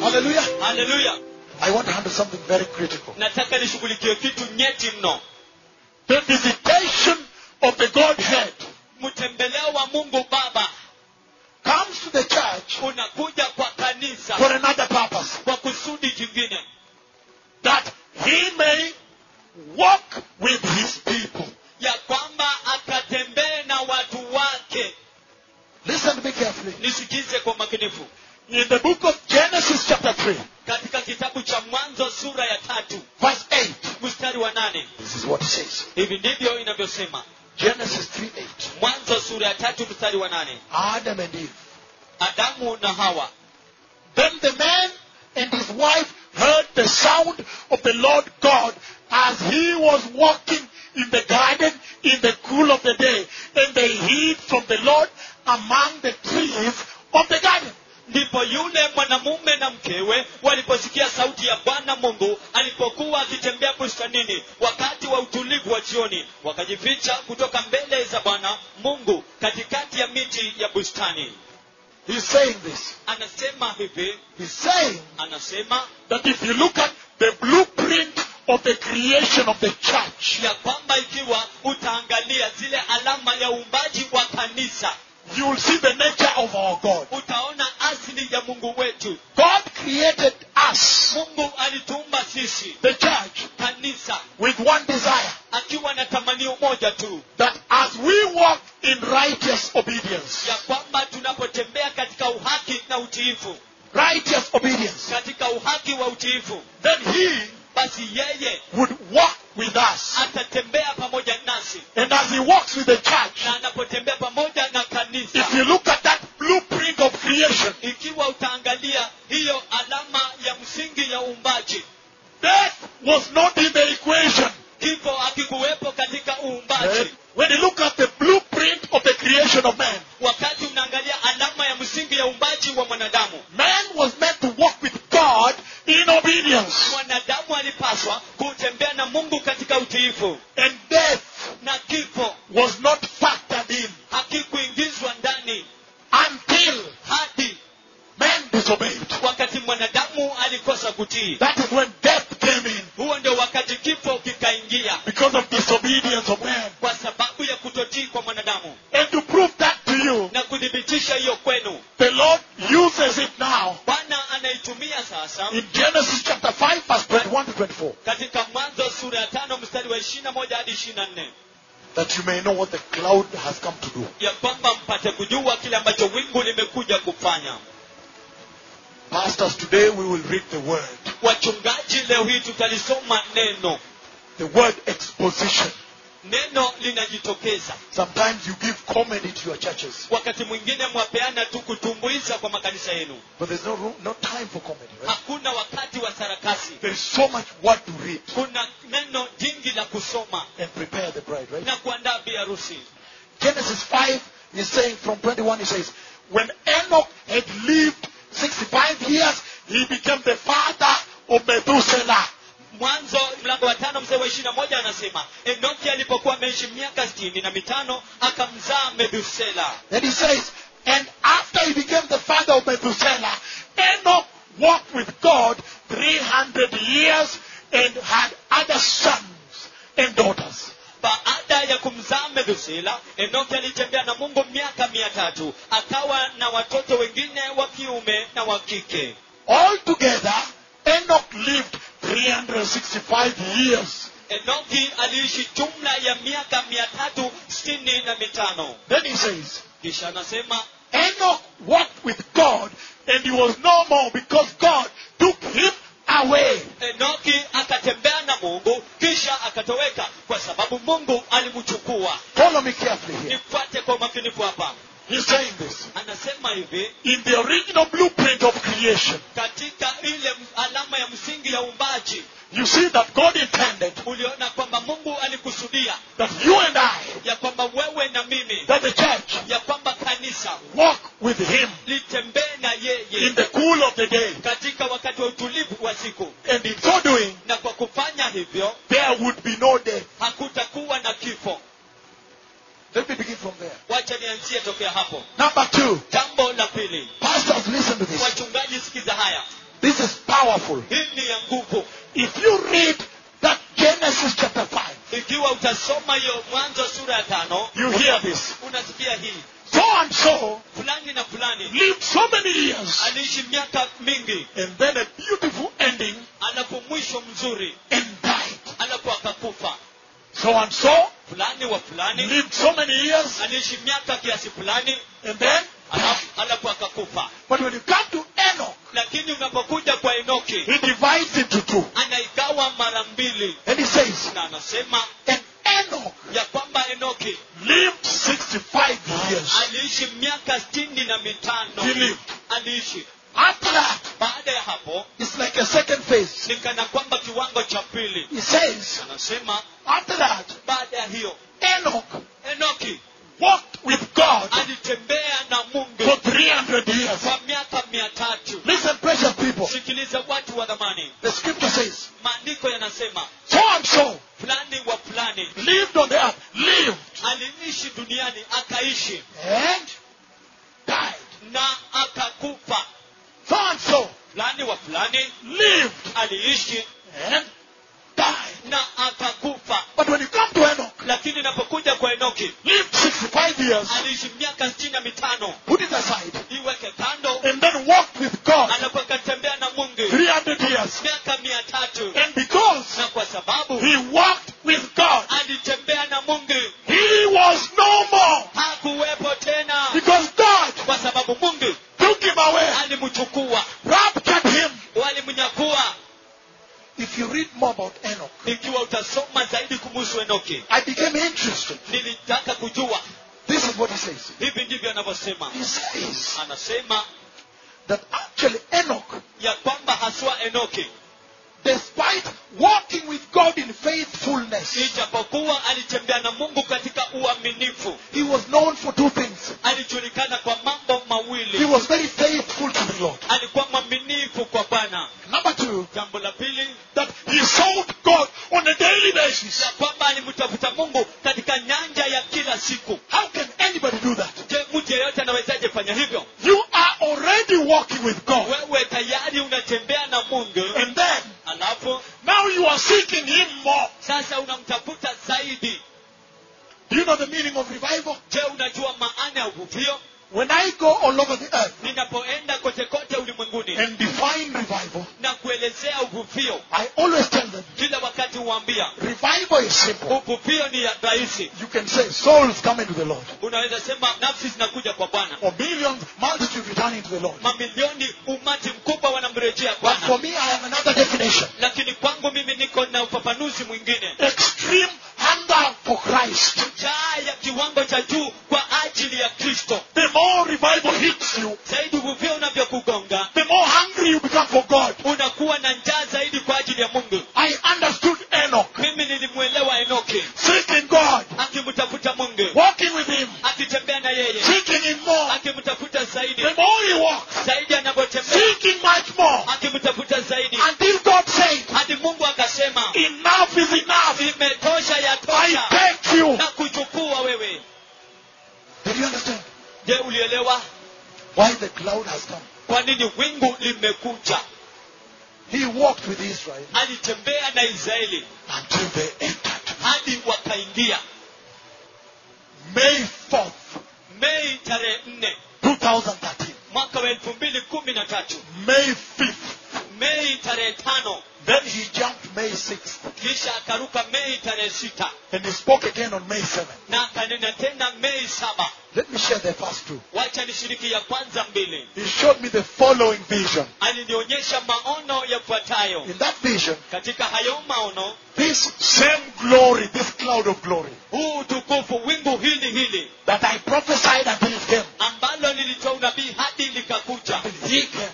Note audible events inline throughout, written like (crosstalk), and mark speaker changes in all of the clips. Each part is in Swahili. Speaker 1: Hallelujah.
Speaker 2: haleluya
Speaker 1: I want to handle something very critical.
Speaker 2: nataka nishughulikie kitu nyeti mno
Speaker 1: The visitation of the Godhead
Speaker 2: mtembeleo wa mungu baba
Speaker 1: comes to the church
Speaker 2: unakuja kwa kanisa
Speaker 1: for another purpose
Speaker 2: kwa kusudi jingine
Speaker 1: that he may walk with his people.
Speaker 2: ya kwamba akatembee na watu wake
Speaker 1: Listen to me carefully.
Speaker 2: nisikize kwa makinifu
Speaker 1: In the book of Genesis, chapter 3,
Speaker 2: katika kitabu cha mwanzo sura ya tatu
Speaker 1: verse 8,
Speaker 2: mstari wa nane
Speaker 1: this is what it says
Speaker 2: hivi ndivyo inavyosema
Speaker 1: Genesis 3 8.
Speaker 2: mwanzo sura ya tatu mstari wa nane
Speaker 1: Adam and Eve.
Speaker 2: adamu na hawa
Speaker 1: Then the man and his wife heard the sound of the Lord God as he was walking in the garden in the cool of the day, and they hid from the Lord among the trees of the garden.
Speaker 2: ndipo yule mwanamume na mkewe waliposikia sauti ya bwana mungu alipokuwa akitembea bustanini wakati wa utulivu wa jioni wakajificha kutoka mbele za bwana mungu katikati ya miti ya bustani
Speaker 1: He's saying this.
Speaker 2: anasema hivi
Speaker 1: He's saying
Speaker 2: anasema
Speaker 1: that if you look at the blueprint of the creation of the church,
Speaker 2: ya kwamba ikiwa utaangalia zile alama ya uumbaji wa kanisa
Speaker 1: you will see the nature of our God.
Speaker 2: utaona asili ya mungu wetu
Speaker 1: God created us,
Speaker 2: mungu alituumba sisi
Speaker 1: the church,
Speaker 2: kanisa
Speaker 1: with one desire
Speaker 2: akiwa na tamanio moja tu
Speaker 1: that as we walk in righteous obedience,
Speaker 2: ya kwamba tunapotembea katika uhaki na utiifu
Speaker 1: righteous obedience,
Speaker 2: katika uhaki wa utiifu
Speaker 1: then He
Speaker 2: basi yeye
Speaker 1: would walk with us.
Speaker 2: atatembea pamoja nasi
Speaker 1: And as He walks with the
Speaker 2: na
Speaker 1: church,
Speaker 2: anapotembea pamoja na kanisa
Speaker 1: if you look at that blueprint of creation,
Speaker 2: ikiwa utaangalia hiyo alama ya msingi ya uumbaji
Speaker 1: death was not in the equation.
Speaker 2: kifo akikuwepo katika
Speaker 1: And
Speaker 2: uumbaji
Speaker 1: when you look at the blueprint of the creation of man,
Speaker 2: wakati unaangalia alama ya msingi ya uumbaji wa mwanadamu
Speaker 1: man was meant to walk with God in obedience.
Speaker 2: mwanadamu alipaswa kutembea na mungu katika utiifu
Speaker 1: And death
Speaker 2: na kifo
Speaker 1: was not factored in
Speaker 2: hakikuingizwa ndani
Speaker 1: until
Speaker 2: hadi
Speaker 1: man disobeyed.
Speaker 2: wakati mwanadamu alikosa kutii
Speaker 1: That is when death came in
Speaker 2: huo ndio wakati kifo kikaingia
Speaker 1: because of disobedience of man.
Speaker 2: kwa sababu ya kutotii kwa mwanadamu
Speaker 1: And to prove that to you,
Speaker 2: na kuthibitisha hiyo kwenu
Speaker 1: the Lord uses it now
Speaker 2: bwana anaitumia sasa
Speaker 1: in Genesis chapter 5, verse 21 to 24,
Speaker 2: katika mwanzo sura ya tano mstari wa ishirina moja hadi ishirina nne
Speaker 1: that you may know what the cloud has come to do.
Speaker 2: ya kwamba mpate kujua kile ambacho wingu limekuja kufanya
Speaker 1: Pastors, today we will read the word,
Speaker 2: wachungaji leo hii tutalisoma neno
Speaker 1: the word exposition.
Speaker 2: neno linajitokeza
Speaker 1: Sometimes you give comedy to your churches,
Speaker 2: wakati mwingine mwapeana tu kutumbuiza kwa makanisa yenu
Speaker 1: but there's no room, no time for comedy. Right?
Speaker 2: hakuna wakati wa sarakasi
Speaker 1: There is so much word to read
Speaker 2: kuna neno jingi la kusoma
Speaker 1: and prepare the bride, right?
Speaker 2: na kuandaa bi harusi
Speaker 1: Genesis 5 is saying from 21, it says, When Enoch had lived 65 years, he became the father of Methuselah.
Speaker 2: mwanzo mlango wa tano mstari wa ishirina moja anasema enoki alipokuwa ameishi miaka sitini na mitano akamzaa medusela
Speaker 1: And he says, And after he became the father of Methuselah, Enoch walked with God 300 years and had other sons and daughters.
Speaker 2: baada ya kumzaa medusela enoki alitembea na mungu miaka mia tatu akawa na watoto wengine wa kiume na wa kike
Speaker 1: Altogether, Enoch lived 365 years.
Speaker 2: enoki aliishi jumla ya miaka mia tatu sitini na mitano
Speaker 1: Then he says,
Speaker 2: kisha anasema
Speaker 1: Enoch walked with God, and he was no more because God took him away.
Speaker 2: enoki Eh, akatembea na mungu kisha akatoweka kwa sababu mungu alimchukua
Speaker 1: Follow me carefully here.
Speaker 2: nifuate kwa umakinifu hapa
Speaker 1: He's saying this.
Speaker 2: anasema hivi
Speaker 1: In the original blueprint of creation,
Speaker 2: katika ile m- alama ya msingi ya uumbaji
Speaker 1: you see that God intended
Speaker 2: uliona kwamba mungu alikusudia
Speaker 1: that you and I,
Speaker 2: ya kwamba wewe na mimi
Speaker 1: that the church,
Speaker 2: ya kwamba kanisa
Speaker 1: walk with him
Speaker 2: litembee na
Speaker 1: in
Speaker 2: yeye
Speaker 1: the cool of the day.
Speaker 2: katika wakati wa utulivu wa siku
Speaker 1: And in so doing,
Speaker 2: na kwa kufanya hivyo
Speaker 1: there would be no death.
Speaker 2: hakutakuwa na kifo
Speaker 1: Let me begin from there.
Speaker 2: wacha nianzie tokea hapo
Speaker 1: Number two,
Speaker 2: jambo la pili
Speaker 1: pastors, listen to this.
Speaker 2: wachungaji sikiza haya
Speaker 1: This is powerful.
Speaker 2: hii ni ya nguvu
Speaker 1: If you read that Genesis chapter 5,
Speaker 2: ikiwa utasoma hiyo mwanzo sura ya tano
Speaker 1: you hear this.
Speaker 2: unasikia hii
Speaker 1: So and so
Speaker 2: fulani na fulani
Speaker 1: lived so many years,
Speaker 2: aliishi miaka mingi
Speaker 1: and then a beautiful ending,
Speaker 2: alafu mwisho mzuri
Speaker 1: and died.
Speaker 2: alafu akakufa
Speaker 1: So and so
Speaker 2: fulani wa fulani
Speaker 1: lived so many years,
Speaker 2: aliishi miaka kiasi fulani
Speaker 1: and then died.
Speaker 2: alafu- alafu akakufa
Speaker 1: But when you come to Enoch,
Speaker 2: lakini unapokuja kwa enoki
Speaker 1: he divides into two,
Speaker 2: anaigawa mara mbili
Speaker 1: and he says,
Speaker 2: na anasema
Speaker 1: and Enoch
Speaker 2: ya kwamba enoki
Speaker 1: lived 65 years.
Speaker 2: aliishi miaka sitini na
Speaker 1: He
Speaker 2: mitano
Speaker 1: lived.
Speaker 2: aliishi
Speaker 1: After that,
Speaker 2: baada ya hapo
Speaker 1: it's like a second phase.
Speaker 2: ni kana kwamba kiwango cha pili
Speaker 1: He says,
Speaker 2: anasema
Speaker 1: after that,
Speaker 2: baada ya hiyo
Speaker 1: Enoch
Speaker 2: enoki
Speaker 1: walked with God
Speaker 2: alitembea na
Speaker 1: for
Speaker 2: mungu
Speaker 1: 300 years.
Speaker 2: kwa miaka mia tatu
Speaker 1: Listen, precious people.
Speaker 2: sikiliza watu wa dhamani
Speaker 1: The scripture says,
Speaker 2: maandiko yanasema
Speaker 1: so and so
Speaker 2: fulani wa fulani
Speaker 1: lived on the earth, lived,
Speaker 2: aliishi duniani akaishi
Speaker 1: and died.
Speaker 2: na akakufa
Speaker 1: So and so
Speaker 2: fulani wa fulani
Speaker 1: lived
Speaker 2: aliishi
Speaker 1: and died.
Speaker 2: na akakufa
Speaker 1: But when you come to Enoch,
Speaker 2: lakini inapokuja kwa enoki
Speaker 1: lived 65 years,
Speaker 2: aliishi miaka sitini na mitano
Speaker 1: put it aside,
Speaker 2: iweke kando
Speaker 1: and then walked with God
Speaker 2: alafu akatembea na mungu
Speaker 1: 300 years.
Speaker 2: miaka mia tatu
Speaker 1: And because
Speaker 2: na kwa sababu
Speaker 1: he walked with God,
Speaker 2: alitembea na mungu
Speaker 1: he was no more.
Speaker 2: hakuwepo tena
Speaker 1: Because God
Speaker 2: kwa sababu mungu
Speaker 1: took him away,
Speaker 2: alimchukua
Speaker 1: raptured him.
Speaker 2: walimnyakua
Speaker 1: If you read more about Enoch,
Speaker 2: ikiwa utasoma zaidi kumhusu enoki
Speaker 1: I became interested.
Speaker 2: nilitaka kujua
Speaker 1: This is what he says.
Speaker 2: hivi ndivyo anavyosema
Speaker 1: He says
Speaker 2: anasema
Speaker 1: that actually Enoch,
Speaker 2: ya kwamba haswa enoki
Speaker 1: despite walking with God in faithfulness,
Speaker 2: ijapokuwa alitembea na mungu katika uaminifu
Speaker 1: he was known for two things.
Speaker 2: alijulikana kwa mambo
Speaker 1: He
Speaker 2: mawili
Speaker 1: was very faithful to the Lord.
Speaker 2: alikuwa mwaminifu kwa bwana
Speaker 1: Number two,
Speaker 2: jambo la pili
Speaker 1: that he sought God on a daily
Speaker 2: ya
Speaker 1: basis.
Speaker 2: kwamba alimtafuta mungu katika nyanja ya kila siku
Speaker 1: How can anybody do that?
Speaker 2: je mtu yeyote anawezaje fanya hivyo
Speaker 1: You are already walking with God,
Speaker 2: wewe tayari unatembea na mungu
Speaker 1: and then
Speaker 2: alafu
Speaker 1: now you are seeking Him more.
Speaker 2: sasa unamtafuta zaidi
Speaker 1: Do you know the meaning of revival?
Speaker 2: je unajua maana ya uvuvio
Speaker 1: When I go all over the earth
Speaker 2: ninapoenda kote kote ulimwenguni
Speaker 1: and define revival,
Speaker 2: na kuelezea uvuvio
Speaker 1: I always tell them
Speaker 2: kila wakati huambia
Speaker 1: revival is simple.
Speaker 2: uvuvio ni ya rahisi
Speaker 1: You can say souls coming to the Lord,
Speaker 2: unaweza sema nafsi zinakuja kwa bwana
Speaker 1: or millions, multitude returning to the Lord.
Speaker 2: mamilioni umati mkubwa wanamrejea
Speaker 1: But for
Speaker 2: bwana
Speaker 1: me, I have another definition
Speaker 2: lakini kwangu mimi niko na ufafanuzi mwingine
Speaker 1: extreme hunger for Christ.
Speaker 2: njaa ya kiwango cha juu kwa ajili ya kristo
Speaker 1: The more revival hits you,
Speaker 2: zaidi uvuvio unavyokugonga
Speaker 1: the more hungry you become for God.
Speaker 2: unakuwa na njaa zaidi kwa ajili ya mungu
Speaker 1: I understood Enoch
Speaker 2: mimi nilimwelewa enoki
Speaker 1: seeking God,
Speaker 2: akimtafuta mungu
Speaker 1: walking with Him,
Speaker 2: akitembea na yeye
Speaker 1: seeking Him more.
Speaker 2: akimtafuta zaidi
Speaker 1: The more he walks,
Speaker 2: zaidi anavyotembea
Speaker 1: seeking much more,
Speaker 2: akimtafuta zaidi
Speaker 1: until God said,
Speaker 2: hadi mungu akasema
Speaker 1: "Enough is enough.
Speaker 2: imetosha ya tosha
Speaker 1: I beg you."
Speaker 2: na kuchukua wewe
Speaker 1: Did you understand
Speaker 2: je ulielewa
Speaker 1: why the cloud has come?
Speaker 2: kwa nini wingu limekuja
Speaker 1: He walked with Israel
Speaker 2: alitembea na israeli
Speaker 1: until they entered.
Speaker 2: hadi wakaingia
Speaker 1: May 4th,
Speaker 2: mei tarehe nne
Speaker 1: 2013.
Speaker 2: mwaka wa elfu mbili kumi na tatu
Speaker 1: May 5th.
Speaker 2: mei tarehe tano
Speaker 1: Then he jumped May 6th.
Speaker 2: kisha akaruka mei tarehe sita
Speaker 1: And he spoke again on May 7th.
Speaker 2: na akanena tena mei saba
Speaker 1: Let me share the first two.
Speaker 2: wacha nishiriki ya kwanza mbili
Speaker 1: He showed me the following vision.
Speaker 2: alinionyesha maono yafuatayo
Speaker 1: In that vision,
Speaker 2: katika hayo maono
Speaker 1: this same glory, this cloud of glory
Speaker 2: huu utukufu wingu hili hili
Speaker 1: that I prophesied until it came,
Speaker 2: ambalo lilitoa unabii hadi likakuja
Speaker 1: until he came.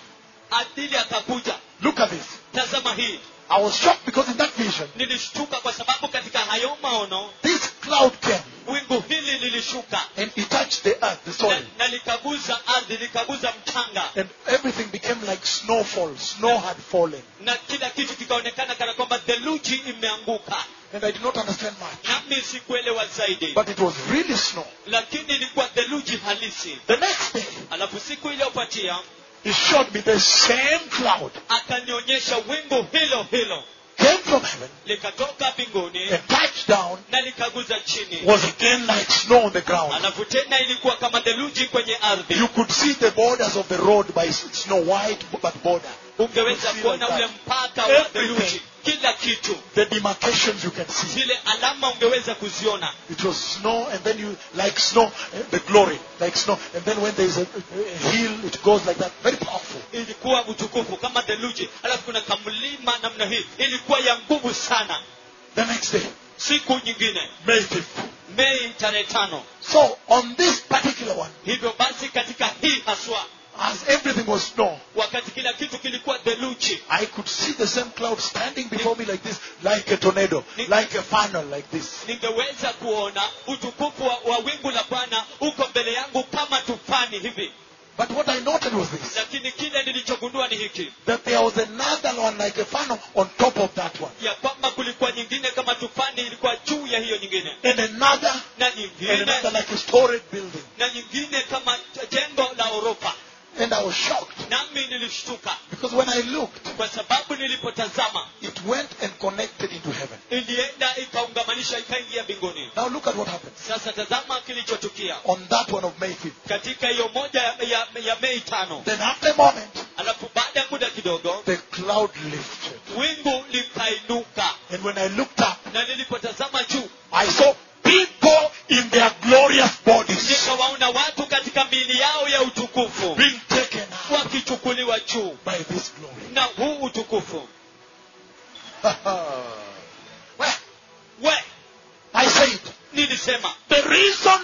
Speaker 2: adili akakuja
Speaker 1: Look at this.
Speaker 2: tazama hii
Speaker 1: I was shocked because in that vision,
Speaker 2: nilishtuka kwa sababu katika hayo maono
Speaker 1: this cloud came
Speaker 2: wingu hili lilishuka
Speaker 1: and it touched the earth, the
Speaker 2: na,
Speaker 1: soil.
Speaker 2: na likaguza ardhi likaguza mchanga
Speaker 1: And everything became like snowfall. Snow had fallen.
Speaker 2: na kila kitu kikaonekana kana kwamba theluji imeanguka
Speaker 1: And I did not understand much.
Speaker 2: nami sikuelewa zaidi
Speaker 1: But it was really snow.
Speaker 2: lakini ilikuwa theluji halisi
Speaker 1: The next day,
Speaker 2: alafu siku iliyopatia
Speaker 1: He showed me the same cloud
Speaker 2: akanionyesha wingu hilo hilo
Speaker 1: came from heaven
Speaker 2: likatoka mbinguni
Speaker 1: and touched down,
Speaker 2: na likaguza chini
Speaker 1: was again like snow on the ground.
Speaker 2: alafu tena ilikuwa kama theluji kwenye ardhi
Speaker 1: You could see the borders of the road by snow white, but border.
Speaker 2: ungeweza
Speaker 1: Sio
Speaker 2: kuona
Speaker 1: mbali.
Speaker 2: ule mpaka wa theluji
Speaker 1: Everything.
Speaker 2: kila kitu
Speaker 1: The demarcations you can see.
Speaker 2: zile alama ungeweza kuziona
Speaker 1: It was snow, and then you like snow, eh, the glory, like snow. And then when there is a, a hill, it goes like that. Very powerful.
Speaker 2: ilikuwa utukufu kama theluji alafu kuna kamlima namna hii ilikuwa ya nguvu sana
Speaker 1: The next day,
Speaker 2: siku nyingine
Speaker 1: May 5th.
Speaker 2: mei tarehe tano
Speaker 1: So on this particular one,
Speaker 2: hivyo basi katika hii haswa
Speaker 1: as everything was snow,
Speaker 2: wakati kila kitu kilikuwa theluji
Speaker 1: I could see the same cloud standing before me like this, like a tornado, like a funnel, like this.
Speaker 2: ningeweza kuona utukufu wa, wa wingu la bwana uko mbele yangu kama tufani hivi
Speaker 1: But what I noted was this
Speaker 2: lakini kile nilichogundua ni hiki
Speaker 1: that there was another one like a funnel on top of that one,
Speaker 2: ya kwamba kulikuwa nyingine kama tufani ilikuwa juu ya hiyo nyingine
Speaker 1: and another,
Speaker 2: na
Speaker 1: and
Speaker 2: nyingine
Speaker 1: another like a storage building.
Speaker 2: na nyingine kama jengo la orofa
Speaker 1: And I was shocked
Speaker 2: nami nilishtuka
Speaker 1: because when I looked,
Speaker 2: kwa sababu nilipotazama
Speaker 1: it went and connected into heaven.
Speaker 2: ilienda ikaungamanisha ikaingia mbinguni
Speaker 1: Now look at what happened
Speaker 2: sasa tazama kilichotukia
Speaker 1: on that one of May 5th.
Speaker 2: katika hiyo moja ya, ya, ya mei tano
Speaker 1: Then after a moment,
Speaker 2: alafu baada ya muda kidogo
Speaker 1: the cloud lifted,
Speaker 2: wingu likainuka
Speaker 1: and when I looked up,
Speaker 2: na nilipotazama juu
Speaker 1: I saw people in their glorious bodies
Speaker 2: nikawaona watu katika miili yao ya utukufu
Speaker 1: being taken up
Speaker 2: wakichukuliwa juu
Speaker 1: by this glory. (laughs)
Speaker 2: na huu utukufu
Speaker 1: well,
Speaker 2: we
Speaker 1: I said,
Speaker 2: nilisema
Speaker 1: the reason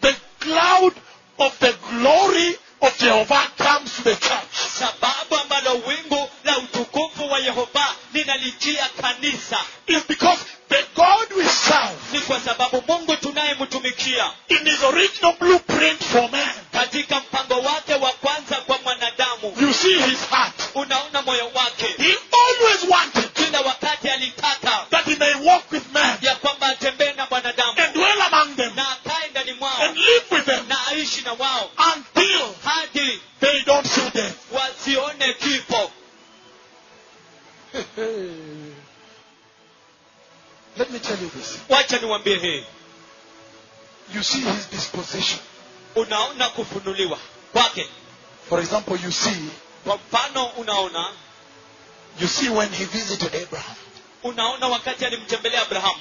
Speaker 1: the cloud of the glory of Jehovah comes to the church
Speaker 2: sababu ambalo wingu la utukufu wa yehova linalijia kanisa
Speaker 1: is because the God we serve
Speaker 2: ni kwa sababu mungu tunayemtumikia
Speaker 1: in his original blueprint for man,
Speaker 2: katika mpango wake wa kwanza kwa mwanadamu
Speaker 1: you see his heart.
Speaker 2: unaona moyo wake
Speaker 1: He always wanted
Speaker 2: kila wakati alitaka
Speaker 1: that he may walk with man
Speaker 2: ya kwamba atembee na mwanadamu
Speaker 1: and dwell among them
Speaker 2: na akae ndani mwao
Speaker 1: and live with them
Speaker 2: na aishi na wao
Speaker 1: until
Speaker 2: hadi
Speaker 1: they don't see death.
Speaker 2: wasione kifo
Speaker 1: (laughs) Let me tell you this.
Speaker 2: wacha niwambie hii
Speaker 1: You see his disposition.
Speaker 2: unaona kufunuliwa kwake
Speaker 1: For example, you see,
Speaker 2: kwa mfano unaona
Speaker 1: you see when he visited Abraham.
Speaker 2: unaona wakati alimtembelea abrahamu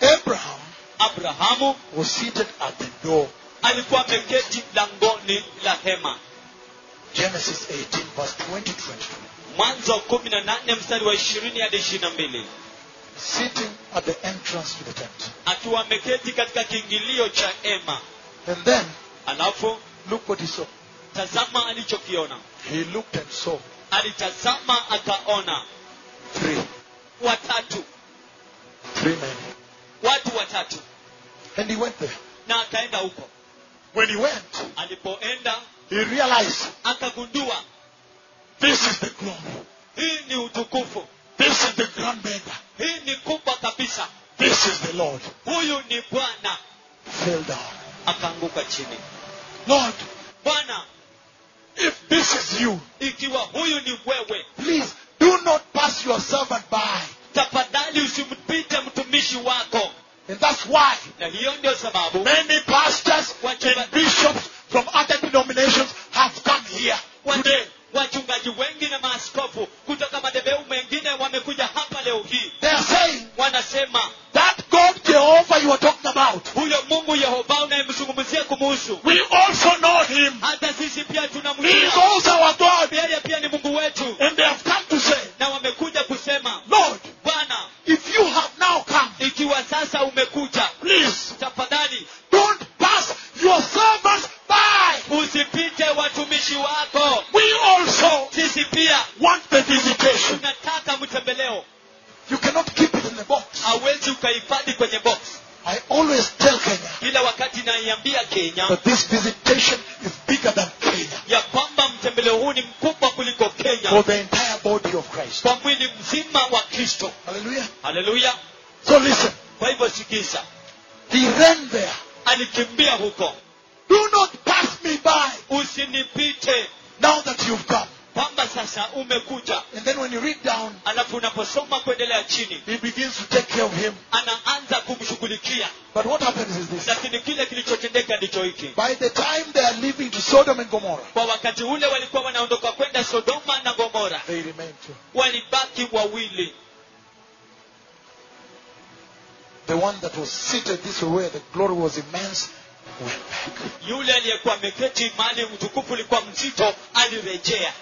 Speaker 1: Abraham
Speaker 2: abrahamu
Speaker 1: was seated at the door.
Speaker 2: alikuwa ameketi langoni la hema
Speaker 1: Genesis 18, verse 20 22.
Speaker 2: mwanzo wa kumi na nane mstari wa ishirini hadi ishirini na mbili
Speaker 1: Sitting at the entrance to the tent.
Speaker 2: akiwa ameketi katika kiingilio cha hema
Speaker 1: And then,
Speaker 2: alafu
Speaker 1: look what he saw.
Speaker 2: tazama alichokiona
Speaker 1: He looked and saw
Speaker 2: alitazama akaona
Speaker 1: three,
Speaker 2: watatu
Speaker 1: three men.
Speaker 2: watu watatu
Speaker 1: And he went there.
Speaker 2: na akaenda huko
Speaker 1: When he went,
Speaker 2: alipoenda
Speaker 1: he realized
Speaker 2: akagundua
Speaker 1: this is the glory.
Speaker 2: hii ni utukufu
Speaker 1: This is the grand beggar.
Speaker 2: hii ni kubwa kabisa
Speaker 1: This is the Lord.
Speaker 2: huyu ni bwana
Speaker 1: Fell down.
Speaker 2: akaanguka chini
Speaker 1: Lord,
Speaker 2: bwana
Speaker 1: if this is you,
Speaker 2: ikiwa huyu ni wewe
Speaker 1: please do not pass your servant by.
Speaker 2: tafadhali usimpite mtumishi wako
Speaker 1: And that's why
Speaker 2: na hiyo ndio sababu
Speaker 1: many pastors and bishops from other denominations have come here today.
Speaker 2: watu- wachungaji wengi na maaskofu kutoka madebeu mengine wamekuja hapa leo hii
Speaker 1: They are saying
Speaker 2: wanasema
Speaker 1: that God Jehovah you are talking about,
Speaker 2: huyo mungu yehova unayemzungumzia kumuhusu
Speaker 1: we also know him.
Speaker 2: hata sisi pia
Speaker 1: He is
Speaker 2: tunamjua
Speaker 1: also our God.
Speaker 2: yeye pia ni mungu wetu
Speaker 1: And they have come to say,
Speaker 2: na wamekuja kusema
Speaker 1: Lord,
Speaker 2: bwana
Speaker 1: if you have now come,
Speaker 2: ikiwa sasa umekuja
Speaker 1: please
Speaker 2: tafadhali
Speaker 1: don't pass your servants by.
Speaker 2: usipite watumishi wako
Speaker 1: We also
Speaker 2: sisi pia
Speaker 1: want the visitation.
Speaker 2: tunataka mtembeleo
Speaker 1: You cannot keep it in the box.
Speaker 2: hawezi ukahifadhi kwenye box
Speaker 1: I always tell Kenya
Speaker 2: kila wakati naiambia kenya
Speaker 1: that this visitation is bigger than Kenya
Speaker 2: ya kwamba mtembeleo huu ni mkubwa kuliko
Speaker 1: for
Speaker 2: kenya
Speaker 1: the entire body of Christ.
Speaker 2: kwa mwili mzima wa kristo
Speaker 1: Hallelujah.
Speaker 2: haleluya
Speaker 1: So listen,
Speaker 2: kwa hivyo sikiza
Speaker 1: he ran there.
Speaker 2: alikimbia huko
Speaker 1: Do not pass me by.
Speaker 2: usinipite
Speaker 1: now that you've come.
Speaker 2: kwamba sasa umekuja
Speaker 1: And then when you read down,
Speaker 2: alafu unaposoma kuendelea chini
Speaker 1: he begins to take care of him.
Speaker 2: anaanza kumshughulikia
Speaker 1: But what happens is this.
Speaker 2: lakini kile kilichotendeka ndicho hiki
Speaker 1: By the time they are leaving to Sodom and Gomorrah,
Speaker 2: kwa wakati ule walikuwa wanaondoka kwenda sodoma na gomora
Speaker 1: they remain two.
Speaker 2: walibaki wawili
Speaker 1: The one that was seated this way, where the glory was immense, went back.
Speaker 2: yule aliyekuwa ameketi mahali mtukufu ulikuwa mzito alirejea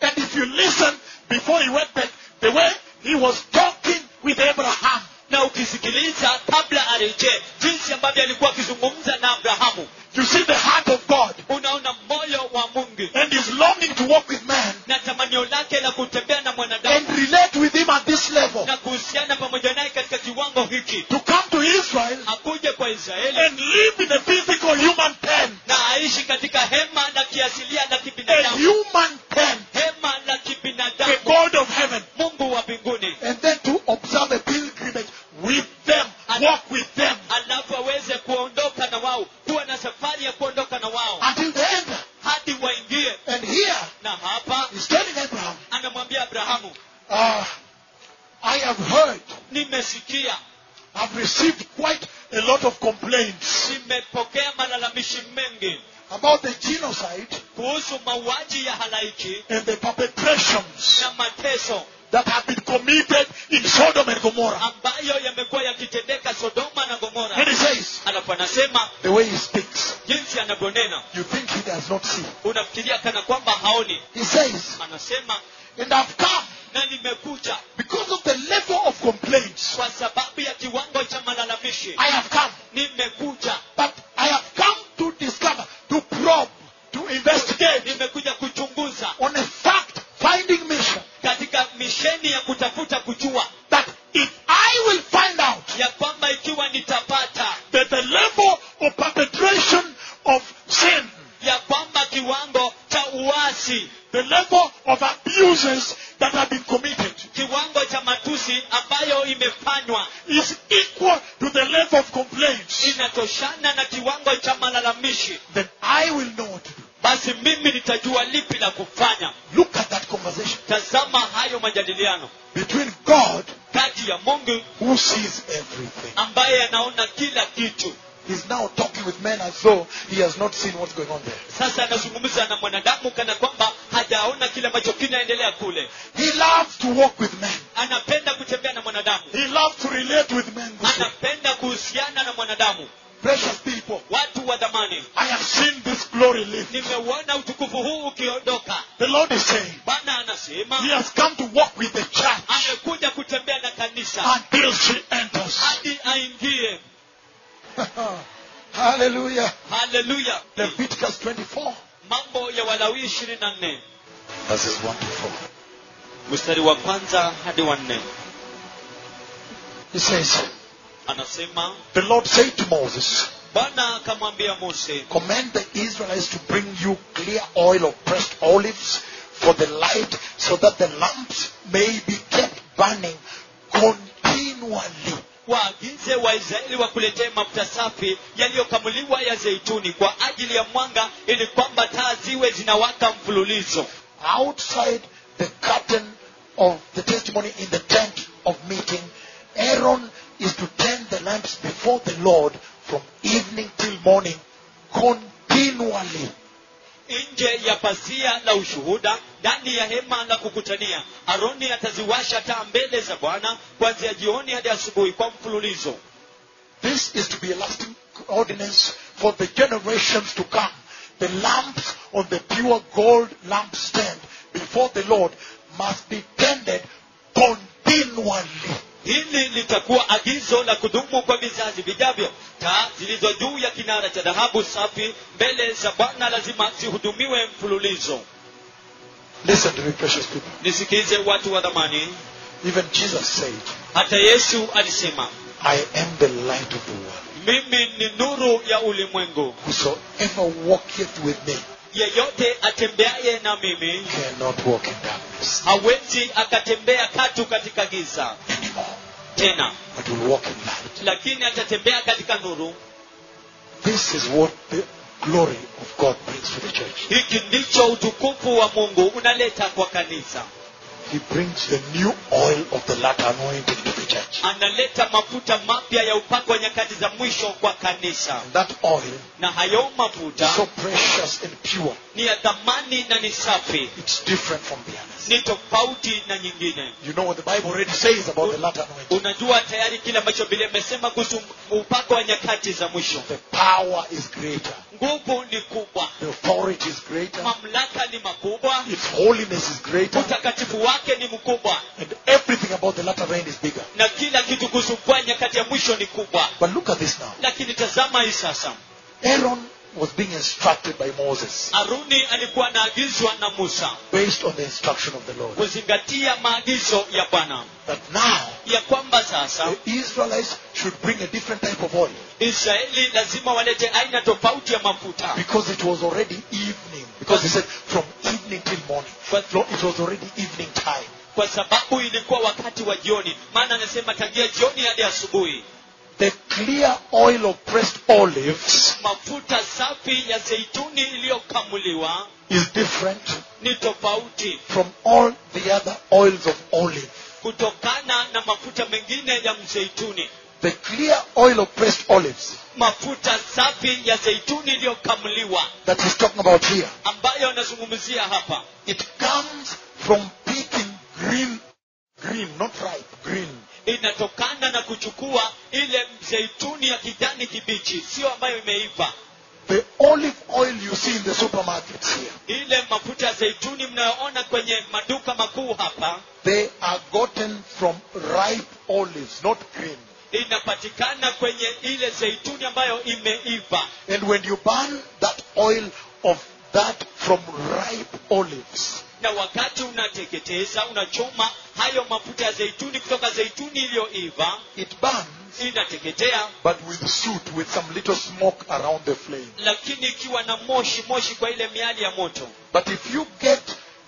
Speaker 1: And if you listen before he went back, the way he was talking with Abraham,
Speaker 2: na ukisikiliza kabla arejee jinsi ambavyo alikuwa akizungumza na abrahamu
Speaker 1: you see the heart of God
Speaker 2: unaona moyo wa mungu
Speaker 1: and his longing to walk with man
Speaker 2: na tamanio lake la kutembea na
Speaker 1: and
Speaker 2: mwanadamu
Speaker 1: relate with him at this level
Speaker 2: na kuhusiana pamoja naye katika kiwango hiki
Speaker 1: to come to Israel
Speaker 2: akuje kwa israeli
Speaker 1: and live in a physical human tent,
Speaker 2: na aishi katika hema la kiasilia la
Speaker 1: a
Speaker 2: kibinadamu
Speaker 1: human tent,
Speaker 2: hema la
Speaker 1: the
Speaker 2: kibinadamu
Speaker 1: God of heaven,
Speaker 2: mungu wa mbinguni
Speaker 1: and then to observe a pilgrimage with them, walk with them
Speaker 2: alafu aweze kuondoka na wao kuwa na safari ya kuondoka na wao
Speaker 1: until they enter.
Speaker 2: hadi waingie
Speaker 1: And here
Speaker 2: na hapa
Speaker 1: he's telling Abraham,
Speaker 2: anamwambia abrahamu
Speaker 1: ah, I have heard,
Speaker 2: nimesikia
Speaker 1: I've received quite a lot of complaints
Speaker 2: nimepokea malalamishi mengi
Speaker 1: about the genocide
Speaker 2: kuhusu mauaji ya halaiki
Speaker 1: and the perpetrations
Speaker 2: na mateso
Speaker 1: that have been committed in Sodom and Gomorrah.
Speaker 2: ambayo yamekuwa yakitendeka sodoma na
Speaker 1: And
Speaker 2: gomora
Speaker 1: he says,
Speaker 2: alafu anasema
Speaker 1: the way he speaks,
Speaker 2: jinsi anavyonena
Speaker 1: you think he does not see.
Speaker 2: unafikiria kana kwamba haoni
Speaker 1: He says,
Speaker 2: anasema
Speaker 1: and I've come
Speaker 2: na nimekuja
Speaker 1: because of the level of complaints.
Speaker 2: kwa sababu ya kiwango cha malalamishi
Speaker 1: I have come,
Speaker 2: nimekuja
Speaker 1: but I have come to discover, to probe, to investigate
Speaker 2: nimekuja kuchunguza
Speaker 1: on a fact-finding mission
Speaker 2: katika misheni ya kutafuta kujua
Speaker 1: that if I will find out
Speaker 2: ya kwamba ikiwa nitapata
Speaker 1: that the level of perpetration of sin,
Speaker 2: ya kwamba kiwango cha uasi
Speaker 1: the level of abuses that have been committed
Speaker 2: kiwango cha matusi ambayo imefanywa
Speaker 1: is equal to the level of complaints,
Speaker 2: inatoshana na kiwango cha malalamishi
Speaker 1: then I will know what to do.
Speaker 2: basi mimi nitajua lipi la kufanya
Speaker 1: Look at that conversation
Speaker 2: tazama hayo majadiliano
Speaker 1: between God,
Speaker 2: kati ya mungu
Speaker 1: who sees everything.
Speaker 2: ambaye anaona kila kitu
Speaker 1: He's now talking with men as though he has not seen what's going on there.
Speaker 2: sasa anazungumza na mwanadamu kana kwamba hajaona kile ambacho kinaendelea kule
Speaker 1: He loves to walk with men.
Speaker 2: anapenda kutembea na mwanadamu
Speaker 1: He loves to relate with men. this way.
Speaker 2: anapenda kuhusiana na mwanadamu
Speaker 1: Precious people,
Speaker 2: watu wa dhamani
Speaker 1: I have seen this glory live.
Speaker 2: nimeuona utukufu huu ukiondoka
Speaker 1: The Lord is saying,
Speaker 2: bwana anasema
Speaker 1: He has come to walk with the church
Speaker 2: amekuja kutembea na kanisa
Speaker 1: until she
Speaker 2: (laughs)
Speaker 1: enters.
Speaker 2: hadi aingie
Speaker 1: Hallelujah.
Speaker 2: haleluya
Speaker 1: Leviticus 24.
Speaker 2: mambo ya walawi ishirini na nne
Speaker 1: Verses 1 to 4.
Speaker 2: mstari wa kwanza hadi wa nne
Speaker 1: He says,
Speaker 2: anasema
Speaker 1: The Lord said to Moses,
Speaker 2: bwana akamwambia mose
Speaker 1: Command the Israelites to bring you clear oil of pressed olives for the light, so that the lamps may be kept burning continually.
Speaker 2: waagize waisraeli wakuletee mafuta safi yaliyokamuliwa ya zeituni kwa ajili ya mwanga ili kwamba taa ziwe zinawaka mfululizo
Speaker 1: Outside the curtain of the testimony in the tent of meeting, Aaron is to tend the lamps before the Lord from evening till morning continually.
Speaker 2: nje ya pasia la ushuhuda ndani ya hema la kukutania aroni ataziwasha taa mbele za bwana kuanzia jioni hadi asubuhi kwa mfululizo
Speaker 1: This is to be a lasting ordinance for the generations to come. The lamps on the pure gold lampstand before the Lord must be tended continually.
Speaker 2: hili litakuwa agizo la kudumu kwa vizazi vijavyo taa zilizo juu ya kinara cha dhahabu safi mbele za bwana lazima zihudumiwe mfululizo
Speaker 1: Listen to me, precious people.
Speaker 2: nisikilize watu wa dhamani
Speaker 1: Even Jesus said,
Speaker 2: hata yesu alisema
Speaker 1: I am the light of the world.
Speaker 2: mimi ni nuru ya ulimwengu
Speaker 1: Whosoever walketh with me
Speaker 2: yeyote atembeaye na mimi
Speaker 1: cannot walk in darkness
Speaker 2: hawezi akatembea katu katika giza
Speaker 1: anymore,
Speaker 2: tena
Speaker 1: but will walk in light.
Speaker 2: lakini atatembea katika nuru
Speaker 1: This is what the glory of God brings to the church.
Speaker 2: hiki ndicho utukufu wa mungu unaleta kwa kanisa
Speaker 1: He brings the new oil of the latter anointing to the church.
Speaker 2: analeta mafuta mapya ya upako wa nyakati za mwisho kwa kanisa
Speaker 1: And that oil
Speaker 2: na hayo
Speaker 1: is so
Speaker 2: mafuta
Speaker 1: precious and pure.
Speaker 2: ni ya thamani na ni safi
Speaker 1: It's different from the others.
Speaker 2: ni tofauti na nyingine
Speaker 1: You know what the Bible already says about the latter anointing.
Speaker 2: unajua tayari kile ambacho biblia imesema kuhusu upako wa nyakati za mwisho
Speaker 1: The power is greater.
Speaker 2: nguvu ni kubwa
Speaker 1: The authority is greater.
Speaker 2: mamlaka ni makubwa
Speaker 1: Its holiness is greater.
Speaker 2: utakatifu wake ni mkubwa
Speaker 1: And everything about the latter rain is bigger.
Speaker 2: na kila kitu kuhusu kwa nyakati ya mwisho ni kubwa
Speaker 1: But look at this now.
Speaker 2: lakini tazama hii sasa
Speaker 1: Aaron was being instructed by Moses
Speaker 2: haruni alikuwa anaagizwa na musa
Speaker 1: based on the instruction of the Lord.
Speaker 2: kuzingatia maagizo ya bwana
Speaker 1: That now
Speaker 2: ya kwamba sasa
Speaker 1: the Israelites should bring a different type of oil
Speaker 2: Eh, israeli lazima walete aina tofauti ya mafuta
Speaker 1: because it was already evening. Because he said from evening till morning. But Lord, it was already evening time.
Speaker 2: kwa sababu ilikuwa wakati wa jioni maana anasema tangia jioni hadi asubuhi
Speaker 1: The clear oil of pressed olives
Speaker 2: mafuta safi ya zeituni iliyokamuliwa
Speaker 1: is different
Speaker 2: ni tofauti
Speaker 1: from all the other oils of olive.
Speaker 2: kutokana na mafuta mengine ya mzeituni
Speaker 1: The clear oil of pressed olives
Speaker 2: mafuta safi ya zeituni iliyokamuliwa
Speaker 1: that he's talking about here,
Speaker 2: ambayo anazungumzia hapa
Speaker 1: it comes from picking green, green, not ripe, green,
Speaker 2: inatokana na kuchukua ile mzeituni ya kijani kibichi sio ambayo imeiva
Speaker 1: The olive oil you see in the supermarkets here,
Speaker 2: ile mafuta ya zeituni mnayoona kwenye maduka makuu hapa
Speaker 1: they are gotten from ripe olives, not green.
Speaker 2: inapatikana kwenye ile zeituni ambayo imeiva
Speaker 1: And when you burn that oil of that from ripe olives,
Speaker 2: na wakati unateketeza unachoma hayo mafuta ya zeituni kutoka zeituni iliyoiva
Speaker 1: it burns,
Speaker 2: inateketea
Speaker 1: but with soot, with some little smoke around the flame.
Speaker 2: lakini ikiwa na moshi moshi kwa ile miali ya moto
Speaker 1: But if you get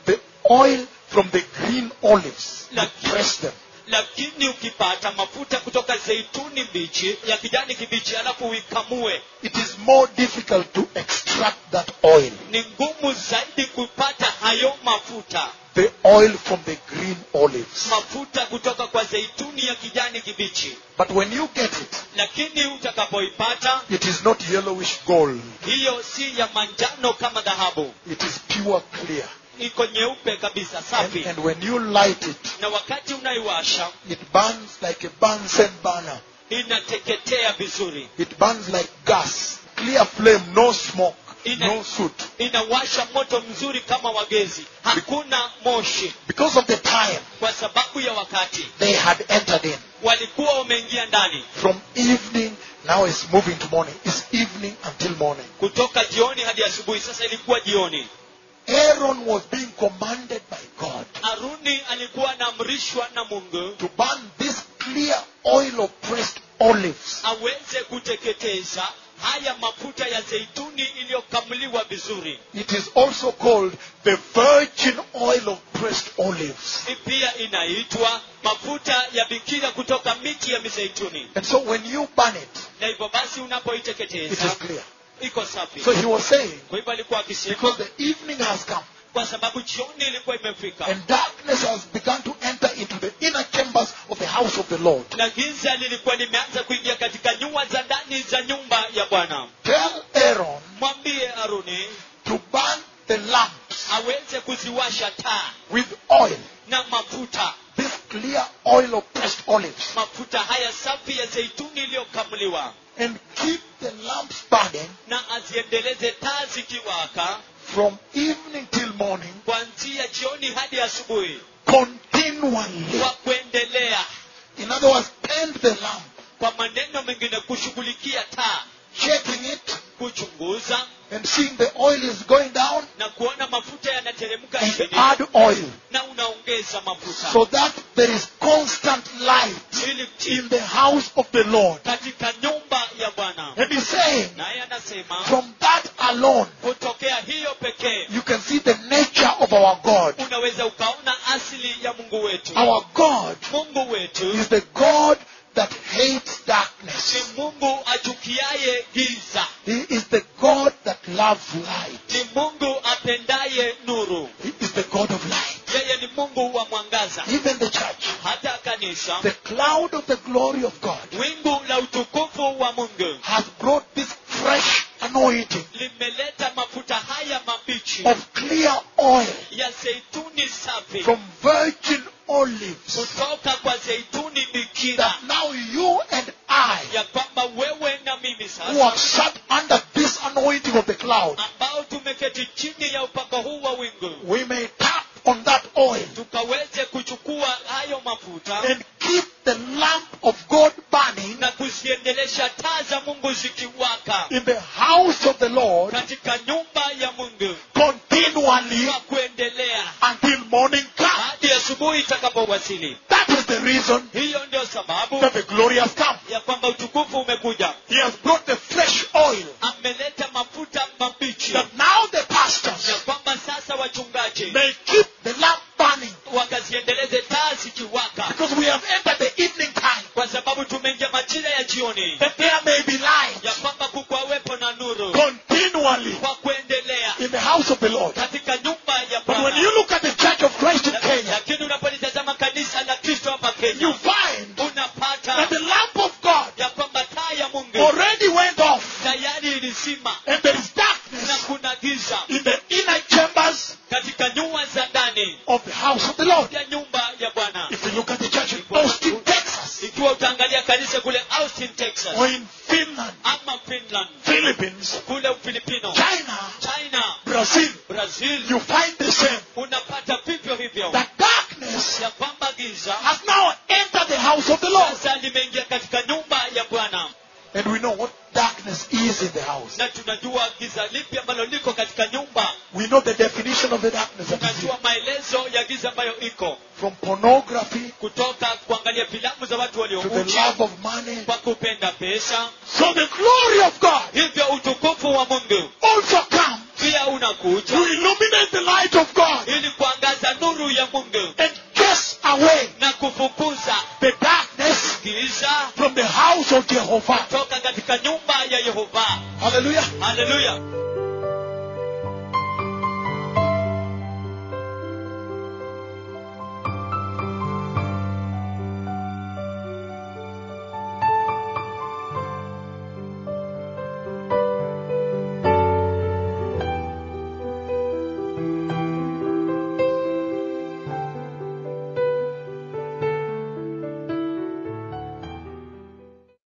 Speaker 1: the oil from the green olives, you
Speaker 2: Like-
Speaker 1: press them,
Speaker 2: lakini ukipata mafuta kutoka zeituni mbichi ya kijani kibichi alafu uikamue
Speaker 1: it is more difficult to extract that oil.
Speaker 2: ni ngumu zaidi kupata hayo mafuta
Speaker 1: The oil from the green olives.
Speaker 2: mafuta kutoka kwa zeituni ya kijani kibichi
Speaker 1: But when you get it,
Speaker 2: lakini utakapoipata
Speaker 1: it is not yellowish gold.
Speaker 2: hiyo si ya manjano kama dhahabu
Speaker 1: It is pure clear.
Speaker 2: iko nyeupe kabisa
Speaker 1: And,
Speaker 2: safi
Speaker 1: and when you light it,
Speaker 2: na wakati unaiwasha
Speaker 1: it burns like a Bunsen burner.
Speaker 2: inateketea vizuri
Speaker 1: It burns like gas. Clear flame, no smoke,
Speaker 2: In-
Speaker 1: no soot.
Speaker 2: inawasha moto mzuri kama wagezi hakuna moshi
Speaker 1: Because of the time
Speaker 2: kwa sababu ya wakati
Speaker 1: they had entered in.
Speaker 2: walikuwa wameingia ndani
Speaker 1: From evening, now it's moving to morning. It's evening until morning.
Speaker 2: kutoka jioni hadi asubuhi sasa ilikuwa jioni
Speaker 1: Aaron was being commanded by God
Speaker 2: haruni alikuwa anaamrishwa na mungu
Speaker 1: to burn this clear oil of pressed olives.
Speaker 2: aweze kuteketeza haya mafuta ya zeituni iliyokamuliwa vizuri
Speaker 1: It is also called the virgin oil of pressed olives.
Speaker 2: Hii pia inaitwa mafuta ya bikira kutoka miti ya mizeituni
Speaker 1: And so when you burn it,
Speaker 2: na hivyo basi
Speaker 1: it is
Speaker 2: unapoiteketeza
Speaker 1: clear.
Speaker 2: iko safi
Speaker 1: So he was saying,
Speaker 2: kwa hivyo alikuwa akisema
Speaker 1: because the evening has come
Speaker 2: kwa sababu jioni ilikuwa imefika
Speaker 1: and darkness has begun to enter into the inner chambers of the house of the Lord,
Speaker 2: na giza lilikuwa limeanza kuingia katika nyua za ndani za nyumba ya bwana
Speaker 1: tell Aaron
Speaker 2: mwambie haruni
Speaker 1: to burn the lamps
Speaker 2: aweze kuziwasha taa
Speaker 1: with oil,
Speaker 2: na mafuta
Speaker 1: this clear oil of pressed olives,
Speaker 2: mafuta haya safi ya zeituni iliyokamuliwa
Speaker 1: and keep the lamps burning
Speaker 2: na aziendeleze taa zikiwaka
Speaker 1: from evening till morning
Speaker 2: kuanzia jioni hadi asubuhi
Speaker 1: continually.
Speaker 2: kwa kuendelea
Speaker 1: In other words, tend the lamp,
Speaker 2: kwa maneno mengine kushughulikia taa
Speaker 1: checking it
Speaker 2: kuchunguza
Speaker 1: and seeing the oil is going down
Speaker 2: na kuona mafuta yanateremka
Speaker 1: and
Speaker 2: chini
Speaker 1: add oil
Speaker 2: na unaongeza mafuta
Speaker 1: Eh, so that there is constant light
Speaker 2: ili
Speaker 1: in the house of the Lord.
Speaker 2: katika nyumba ya bwana
Speaker 1: And he's saying,
Speaker 2: naye anasema
Speaker 1: from that alone,
Speaker 2: kutokea hiyo pekee
Speaker 1: you can see the nature of our God.
Speaker 2: unaweza ukaona asili ya mungu wetu
Speaker 1: Our God
Speaker 2: mungu wetu
Speaker 1: is the God that hates
Speaker 2: ni
Speaker 1: darkness.
Speaker 2: mungu achukiaye giza
Speaker 1: He is the God that loves light.
Speaker 2: ni mungu apendaye nuru
Speaker 1: He is the God of light.
Speaker 2: yeye ni mungu wa mwangaza
Speaker 1: Even the church,
Speaker 2: hata kanisa
Speaker 1: the cloud of the glory of God
Speaker 2: wingu la utukufu wa mungu
Speaker 1: has brought this fresh anointing
Speaker 2: limeleta mafuta haya mabichi
Speaker 1: of clear oil
Speaker 2: ya zeituni safi
Speaker 1: from virgin olives
Speaker 2: kutoka kwa zeituni bikira
Speaker 1: that now you and I,
Speaker 2: ya kwamba wewe na mimi
Speaker 1: who have
Speaker 2: sasa
Speaker 1: sat under this anointing of the cloud,
Speaker 2: ambao tumeketi chini ya upako huu wa wingu
Speaker 1: we may tap on that oil
Speaker 2: tukaweze kuchukua hayo mafuta
Speaker 1: and keep the lamp of God burning
Speaker 2: na kuziendelesha taa za mungu zikiwaka
Speaker 1: in the house of the Lord
Speaker 2: katika nyumba ya mungu
Speaker 1: continually
Speaker 2: kwa kuendelea
Speaker 1: until morning comes.
Speaker 2: hadi asubuhi itakapowasili
Speaker 1: That is the reason
Speaker 2: hiyo ndio sababu
Speaker 1: that the glory has come.
Speaker 2: ya kwamba utukufu umekuja
Speaker 1: He has brought the fresh oil
Speaker 2: ameleta mafuta mabichi
Speaker 1: that now the
Speaker 2: ya
Speaker 1: pastors
Speaker 2: kwamba sasa wachungaji
Speaker 1: may keep the lamp burning
Speaker 2: wakaziendeleze taa zikiwaka
Speaker 1: because we have entered the evening time
Speaker 2: kwa sababu tumeingia majira ya jioni
Speaker 1: that there may be
Speaker 2: ya
Speaker 1: light
Speaker 2: kwamba kukwawepo na nuru
Speaker 1: continually
Speaker 2: kwa kuendelea
Speaker 1: in the house of the Lord.
Speaker 2: katika nyumba ya
Speaker 1: But when
Speaker 2: Bwana.
Speaker 1: you look at the Church of Christ in
Speaker 2: La-
Speaker 1: Kenya,
Speaker 2: lakini unapolitazama kanisa la kristo hapa
Speaker 1: you
Speaker 2: kenya
Speaker 1: find that
Speaker 2: unapata
Speaker 1: the lamp of God
Speaker 2: ya kwamba taa ya mungu
Speaker 1: already went off
Speaker 2: tayari ilizima
Speaker 1: and there is
Speaker 2: na
Speaker 1: darkness
Speaker 2: kuna giza
Speaker 1: in the inner chambers
Speaker 2: katika nyua za ndani
Speaker 1: of the house of the Lord.
Speaker 2: ya nyumba ya bwana
Speaker 1: If you look at the church in Austin, Texas,
Speaker 2: ikiwa utaangalia kanisa kule austin texas
Speaker 1: or in Finland,
Speaker 2: ama finland
Speaker 1: Philippines,
Speaker 2: kule ufilipino
Speaker 1: China,
Speaker 2: china
Speaker 1: Brazil,
Speaker 2: brazil
Speaker 1: you find the same.
Speaker 2: unapata vivyo hivyo
Speaker 1: That darkness
Speaker 2: ya kwamba giza
Speaker 1: has now entered the house of the Lord.
Speaker 2: sasa limeingia katika nyumba ya bwana
Speaker 1: And we know what darkness is in the house.
Speaker 2: na tunajua giza lipi ambalo liko katika nyumba
Speaker 1: We know the definition of the darkness that is
Speaker 2: tunajua
Speaker 1: here.
Speaker 2: maelezo ya giza ambayo iko
Speaker 1: From pornography
Speaker 2: kutoka kuangalia filamu za watu
Speaker 1: to the
Speaker 2: walioucha
Speaker 1: love of money.
Speaker 2: kwa kupenda pesa
Speaker 1: So the glory of God
Speaker 2: hivyo utukufu wa mungu
Speaker 1: also comes
Speaker 2: pia
Speaker 1: to
Speaker 2: unakuja
Speaker 1: illuminate the light of God
Speaker 2: ili kuangaza nuru ya mungu
Speaker 1: and chase away
Speaker 2: na kufukuza
Speaker 1: the darkness
Speaker 2: giza
Speaker 1: from the house of Jehovah.
Speaker 2: toka katika nyumba ya yehova
Speaker 1: Hallelujah.
Speaker 2: haleluya